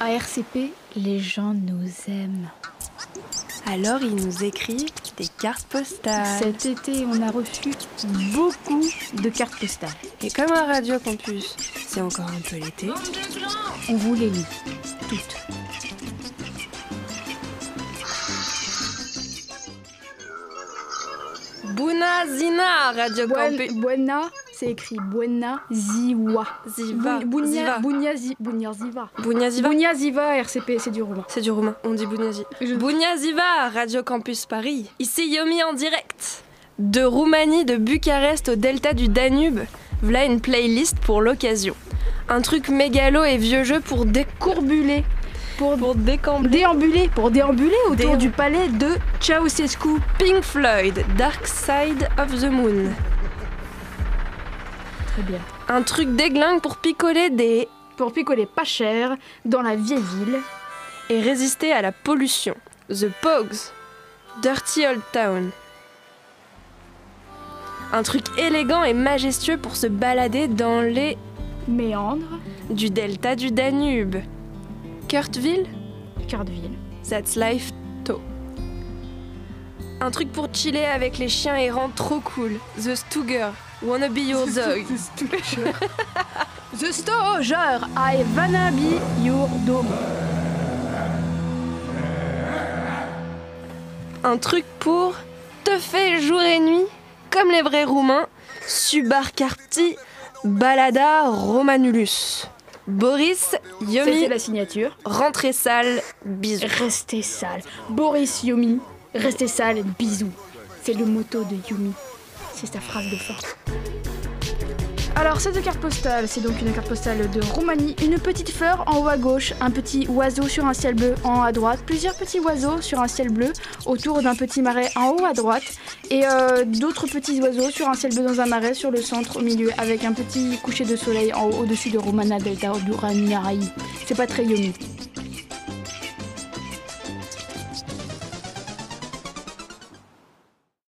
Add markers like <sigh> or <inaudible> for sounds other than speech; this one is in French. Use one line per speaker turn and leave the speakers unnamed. À RCP, les gens nous aiment.
Alors il nous écrit des cartes postales.
Cet été, on a reçu beaucoup de cartes postales.
Et comme un Radio Campus, c'est encore un peu l'été.
On vous les lit toutes.
Buna Zina, Radio Campus.
Buen- buena, c'est écrit Buena Ziwa.
Ziva.
Bu- Bunia,
Ziva.
Bunia, Zi- Bunia Ziva.
Bounia Ziva.
Bunia Ziva, RCP, c'est du roumain.
C'est du roumain, on dit Bouniazi.
Je-
Bouniaziva, Radio Campus Paris. Ici Yomi en direct. De Roumanie, de Bucarest au delta du Danube, voilà une playlist pour l'occasion. Un truc mégalo et vieux jeu pour décourbuler,
Pour
pour décamper.
déambuler, pour déambuler autour
Déam-
du palais de Ceausescu.
Pink Floyd, Dark Side of the Moon.
Très bien.
Un truc déglingue pour picoler des
Pour picoler pas cher dans la vieille ville.
et résister à la pollution. The Pogs, Dirty Old Town. Un truc élégant et majestueux pour se balader dans les
Méandre,
du delta du Danube. Kurtville,
cœur de ville.
That's Life To. Un truc pour chiller avec les chiens errants trop cool. The Stuger, Wanna
<laughs>
Be Your Dog.
The Stoger, I wanna be your dog.
un truc pour te faire jour et nuit, comme les vrais Roumains, Subarcarti, Balada Romanulus. Boris, Yomi,
C'était la signature.
rentrée sale, bisous.
Restez sale. Boris Yumi, restez sale, bisous. C'est le motto de Yumi. C'est sa phrase de fin. Alors, cette carte postale, c'est donc une carte postale de Roumanie. Une petite fleur en haut à gauche, un petit oiseau sur un ciel bleu en haut à droite, plusieurs petits oiseaux sur un ciel bleu autour d'un petit marais en haut à droite, et euh, d'autres petits oiseaux sur un ciel bleu dans un marais sur le centre au milieu, avec un petit coucher de soleil en haut au-dessus de Romana Delta Duraniarai. C'est pas très Yumi.